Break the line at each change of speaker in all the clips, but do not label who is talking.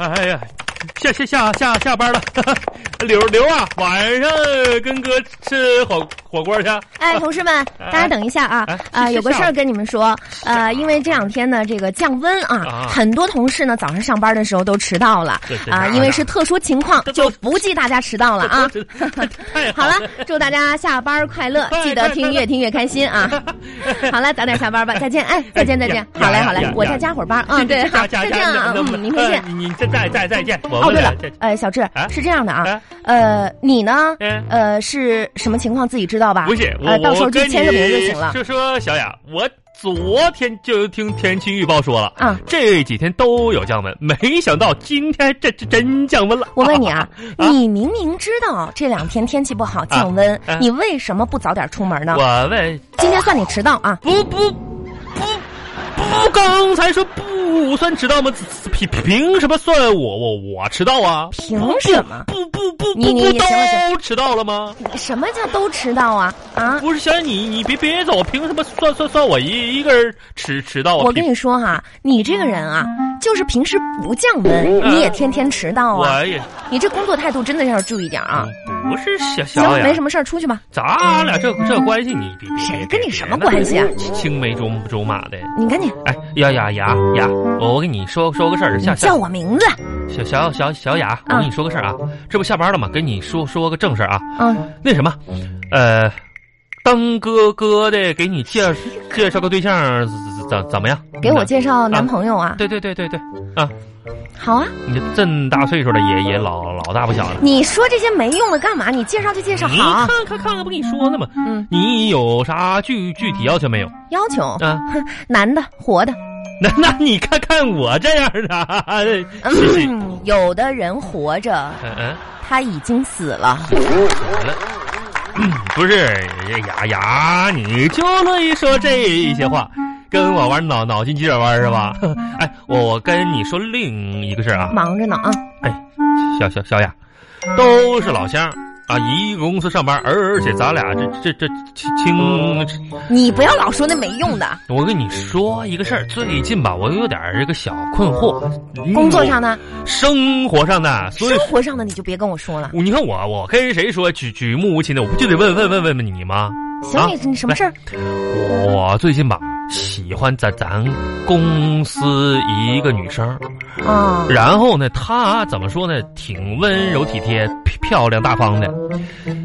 哎下下下下班了，刘刘啊，晚上跟哥吃火火锅去。啊
哎，同事们，大家等一下啊
哎！
啊，
是
有个
下午
事儿跟你们说，呃，因为这两天呢，这个降温
啊
啊，很多同事呢早上上班的时候都迟到了
这这
啊，
哪
因为
哪
是特殊情况
这，
就
都
不记大家迟到了啊。
太
好
了
了，祝大家下班快乐，
哎
记得听越听越开心啊！好了，早点下班吧，再见，哎，再见，再见，
呀
好嘞，
呀
好嘞
呀，
我
呀
再加会儿班啊， 对，好，
加
就
加
这样啊，嗯，明天见。
你再再再再见，哎我
哦，
们
对
俩
了，呃，小志
啊
是这样的啊
啊，
呃，你呢
嗯？
呃，是什么情况自己知道吧？
不是，
呃
我，
到时候
我
就
跟
签个名就行了
你。就说小雅，我昨天就听天气预报说了，
啊，
这几天都有降温，没想到今天这这真降温了。，
我问你啊
啊
你明明知道这两天天气不好，降温
啊，
你为什么不早点出门呢？
我问
今天算你迟到啊！
不不不不，刚才说不算迟到吗？凭凭什么算我我我迟到啊？
凭什么？
不不不
你
不
你
不
你行了行
都迟到了吗？
什么叫都迟到啊？啊！
不是小燕，你你别别走，凭什么算算算我一一个人迟迟到啊？
我跟你说哈、你这个人啊，就是平时不降温，
嗯
你也天天迟到啊！
我也嗯
你这工作态度真的要注意点啊！
不是小
行
小，雅，
没什么事儿，出去吧。
咱俩这这关系你别别
谁
别
跟你
别
什么关系啊
那青梅竹竹马的。
你赶紧，
哎，呀呀呀呀！我我跟你说说个事儿，
你
下下
叫我名字。
小小小小雅，我跟你说个事儿啊，这不下班了吗？跟你说说个正事儿啊，
嗯，
那什么，呃，当哥哥的给你介介绍个对象，怎怎怎么样？
给我介
嗯
绍男朋友啊？
对对对对对，
好啊，
你这么大岁数了，也也老老大不小了。
你说这些没用的干嘛？你介绍就介绍
你
好啊。
看看看看，不跟你说呢吗？
嗯，
你有啥具具体要求没有
要求
啊？
男的活的，
那那你看看我这样 的，啊谢谢。
嗯，有的人活着
嗯嗯，
他已经死了。
完了。 嗯不是雅雅，你就乐意说这些话，跟我玩脑脑筋急转弯是吧？ 哎，我我跟你说另一个事儿啊，
忙着呢啊，
小小小雅，都是老乡啊，一个公司上班，而而且咱俩这这这
嗯
亲，亲
你不要老说那没用的。
我跟你说一个事儿，最近吧，我有点儿这个小困惑，嗯
工作上呢，
生活上的，所以
生活上的你就别跟我说了。
你看我我跟谁说举举目无亲的，我不就得问问问问问你吗？
行，
啊
你你什么事儿？
我最近吧，喜欢咱咱公司一个女生，
啊，
然后呢，她怎么说呢，挺温柔体贴、漂亮大方的。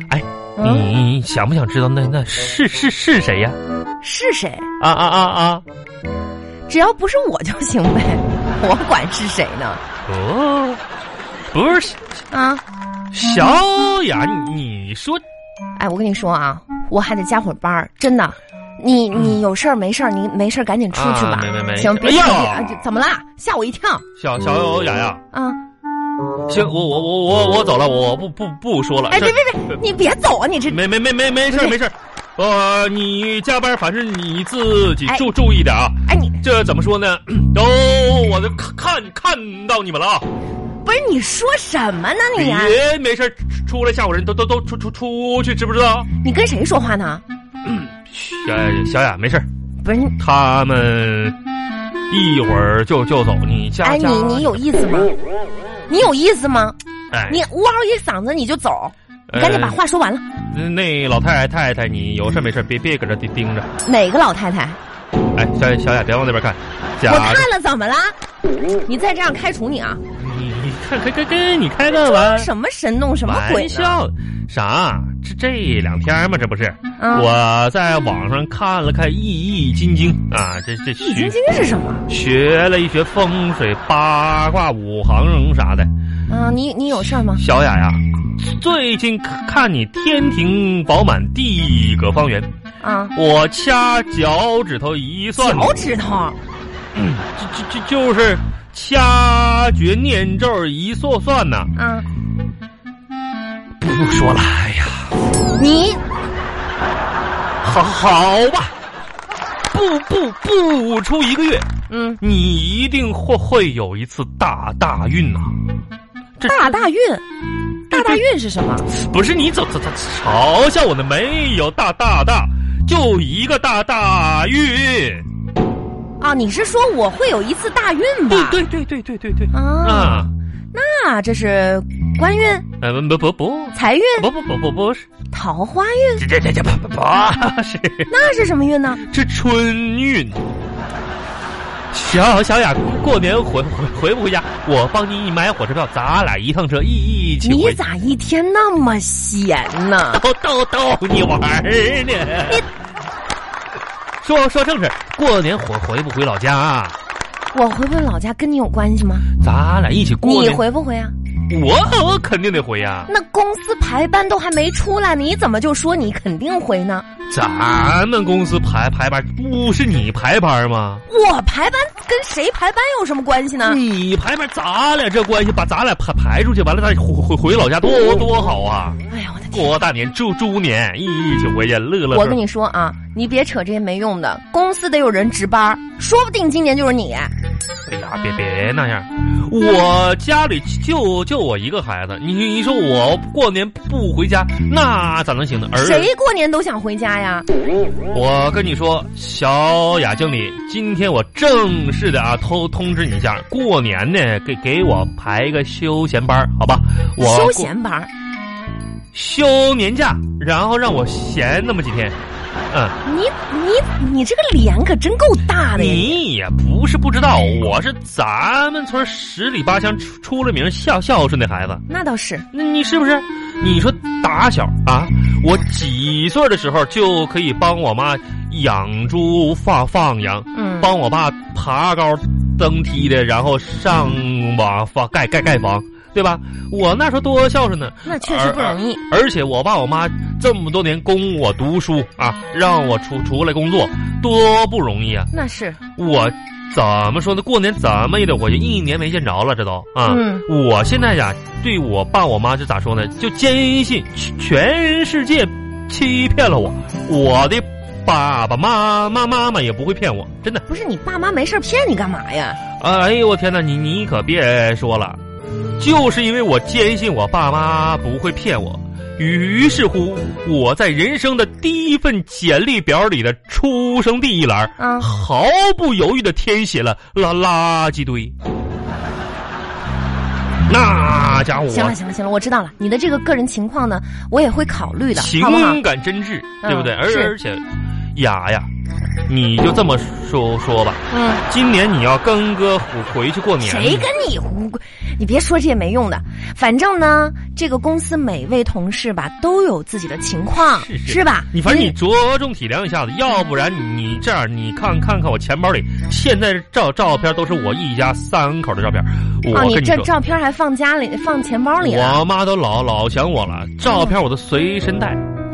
哎，
嗯，
你想不想知道那那是是是谁呀？
是谁？
啊啊啊啊！
只要不是我就行呗， 我管是谁呢？
哦，不是
啊，
小雅，你说
哎，我跟你说啊，我还得加会儿班儿，真的。你你有事儿没事儿，你没事儿赶紧出去吧。
嗯啊没没没
行，别
哎呦
别啊这怎么啦？吓我一跳
小小雅呀？
啊！
行，我我我我我走了，我不不不说了。
哎，
这
别别别，你别哎走啊！你这
没没没没没事儿没事儿，呃，你加班反正你自己注注意点啊。
哎你
这怎么说呢？ 都我都看看看到你们了啊！
不是你说什么呢你、啊？
别没事儿出来吓唬人，都都都出出出去，知不知道？
你跟谁说话呢？
小小雅没事儿，
不是你
他们一会儿就就走，你加
哎
加
你你有意思吗？你有意思吗？
哎
你呜嗷一嗓子你就走，你赶紧把话说完了。
呃那老太太太太，你有事儿没事儿别别搁这盯盯着。
哪个老太太？
哎，小小雅别往那边看，假
我
的
看了怎么啦？你再这样开除你啊！
你你看看跟跟你开个玩。
什么神弄什么鬼
玩
呢？
笑，啥？这这两天嘛，这不是、
啊
我在网上看了看《易易筋经》啊，这这
易筋
学
经是什么？
学了一学风水、八卦、五行啥的。
啊，你你有事儿吗？
小雅呀，最近看你天庭饱满，地阁方圆，
啊，
我掐脚趾头一算，
脚趾头，
这这这就是掐诀念咒一算算呐。
啊，
不说了，哎呀。
你
好好吧，不不不出一个月，
嗯，
你一定会会有一次大大运呐、这
大大运，大大运是什么？
不是你走走走嘲笑我呢？没有大大大，就一个大大运。
啊，你是说我会有一次大运吧？
对对对对对对对。
啊，
啊，
那这是官运、
呃，不不不
财运、
不不不不不是，
桃花运，
这这这这不不不是，
那是什么运呢？
这春运。小小雅，过年回回回不回家？我帮你买火车票，咱俩一趟车一一起
你
回。
咋一天那么闲呢？
逗逗逗你玩儿呢？说说正事儿，过年回回不回老家？
我回不回老家跟你有关系吗？
咱俩一起过
你
年。
回不回啊？
我我肯定得回呀、
那公司排班都还没出来，你怎么就说你肯定回呢？
咱们公司排排班，不是你排班吗？
我排班跟谁排班有什么关系呢？
你排班，咱俩这关系把咱俩排排出去，完了咱回回回老家多多好啊！
哎呀，我的天！
过大年猪猪年，一一起回去乐乐呵。
我跟你说啊，你别扯这些没用的，公司得有人值班儿，说不定今年就是你。
哎呀，别别那样，我家里就就我一个孩子，你你说我过年不回家，那咋能行呢？儿子，
谁过年都想回家呀？
我跟你说，小雅经理，今天我正式的啊通通知你一下，过年呢给给我排一个休闲班儿好吧？我
休
过
闲班儿，
休年假，然后让我闲那么几天。嗯，
你你你这个脸可真够大的呀！
你也不是不知道，我是咱们村十里八乡出出了名孝孝顺的孩子。
那倒是，
那你是不是？你说打小啊，我几岁的时候就可以帮我妈养猪、放放羊，
嗯，
帮我爸爬高登梯的，然后上网放盖盖盖房，对吧？我那时候多孝顺呢，
那确实不容易。
而且我爸我妈这么多年供我读书啊，让我出出来工作，多不容易啊！
那是，
我怎么说呢？过年怎么也得我就一年没见着了，这都啊。
嗯，
我现在呀，对我爸我妈就咋说呢？就坚信全世界欺骗了我，我的爸爸妈妈妈妈也不会骗我，真的。
不是你爸妈没事儿骗你干嘛呀？
哎呦我天哪，你你可别说了，就是因为我坚信我爸妈不会骗我，于是乎我在人生的第一份简历表里的出生地一栏，
啊，
毫不犹豫的填写了垃垃圾堆。那家伙，
行了行了行了，我知道了，你的这个个人情况呢，我也会考虑的，好不好？
情感真挚，对不对？
嗯
而
是
而且，雅雅，你就这么说说吧，
嗯，
今年你要跟哥回回去过年，
谁跟你胡？你别说这些没用的，反正呢，这个公司每位同事吧都有自己的情况，
是是
吧？
你反正你着重体谅一下子，要不然你你这样，你看看看我钱包里现在照照片都是我一家三口的照片，
哦，
我
你
跟
这
说。
照片还放家里，放钱包里了，
我妈都老老想我了，照片我都随身带，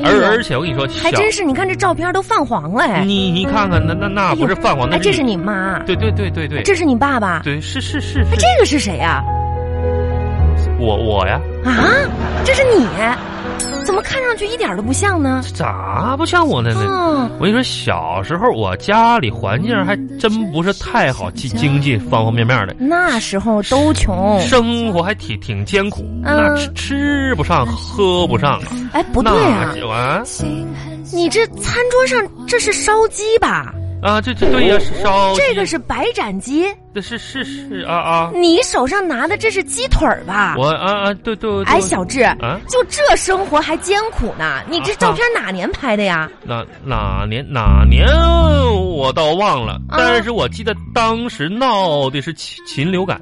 哎
而
呦
而且我跟你说，小
还真是，你看这照片都泛黄了哎，
你你看看那那那不是泛黄，那
哎，这是你妈，
对对对对对
这是你爸爸，
对是是是
哎，
是，
这个是谁呀、
我我呀，
啊？这是你，怎么看上去一点都不像呢？
咋不像我呢？呢？
哦，
我跟你说，小时候我家里环境还真不是太好，经经济方方面面的，
那时候都穷，
生活还挺挺艰苦，
嗯
那吃吃不上，喝不上啊。
哎，不对啊
那，就啊
你这餐桌上这是烧鸡吧？
啊，这这对呀，是烧
这个是白斩鸡，
这是是是啊啊，
你手上拿的这是鸡腿儿吧？
我啊啊，对对对，
哎，小志，
啊，
就这生活还艰苦呢？你这照片哪年拍的呀？
哪哪年哪年我倒忘了，
啊
但是我记得当时闹的是禽禽流感。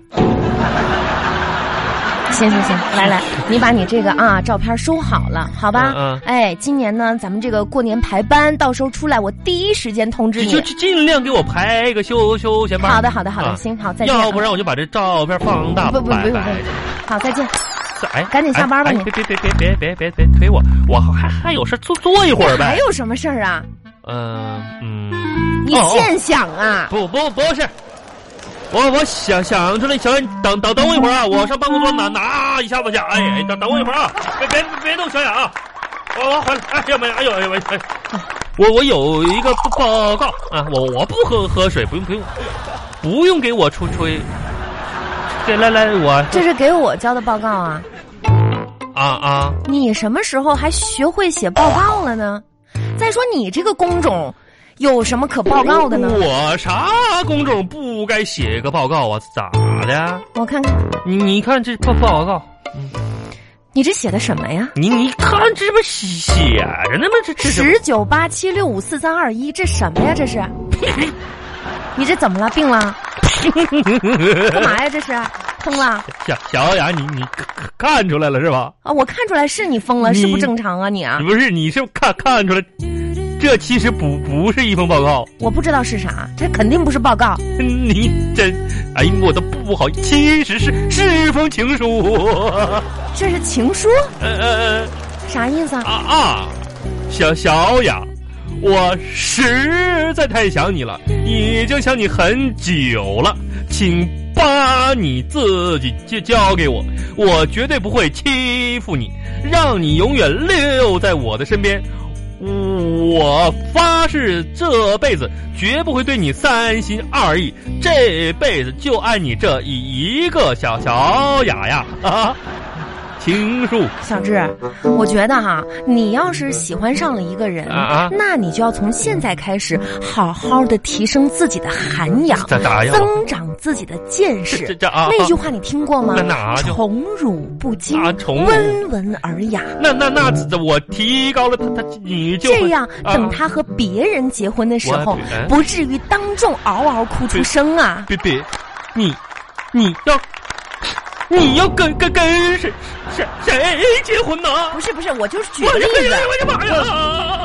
行行行，来来，你把你这个啊照片收好了，好吧？
嗯嗯
哎，今年呢，咱们这个过年排班，到时候出来我第一时间通知
你
你
就。就尽量给我排一个休休闲班。
哎好的，好的，好的，
啊
行，好，再见啊。
要不然我就把这照片放大
不不不
摆
不
摆。
不，好，再见。
哎，
赶紧下班吧
哎
你
哎别别别别别别别推我，我还还有事坐坐一会儿
还
呗。
有什么事儿啊？
嗯嗯，
你
哦哦
现想啊？
不不不是，我我想想出来，小冉，等等等我一会儿啊，我上办公桌拿拿一下子去。哎哎，等等我一会儿啊，别别别动小冉啊，我我回来。哎呀妈呀，哎呦哎呦喂！哎我我有一个报告啊，我我不喝喝水，不用不用，不用给我吹吹。这来来我
这是给我交的报告啊？
啊啊，
你什么时候还学会写报告了呢？再说你这个工种，有什么可报告的呢？
我啥工种不该写个报告啊？咋的呀？
我看看，
你你看这报报告，
你这写的什么呀？
你你看这不写写着呢吗？这这是
十九八七六五四三二一，这什么呀？这是？ 你这怎么了？病了？干嘛呀？这是？疯了
小小雅，你你看出来了是吧？
啊！我看出来是你疯了，是不
你
正常啊你啊！
不是，你是看看出来，这其实不不是一封报告，
我不知道是啥，这肯定不是报告。
你这，哎呀，我都不好，其实是是封情书，
这是情书，
呃呃
啥意思
啊
啊？
啊，小小雅，我实在太想你了，已经想你很久了，请把你自己交交给我，我绝对不会欺负你，让你永远留在我的身边。我发誓这辈子绝不会对你三心二意，这辈子就爱你这一个小小雅呀！啊，情书
小智，我觉得哈、你要是喜欢上了一个人，
啊啊
那你就要从现在开始好好的提升自己的涵养，
咋咋样？
增长自己的见识。
这这啊，
那句话你听过吗
那哪？就
宠辱不惊，
啊宠辱
温文尔雅。
那那那这我提高了他他你就
这样，
啊
等他和别人结婚的时候
我哎，
不至于当众嗷嗷哭出声啊！
别别，你你要你要跟跟跟谁谁谁结婚呢？
不是不是，我就是举
我
个例
这哎
子
呀。我的妈呀！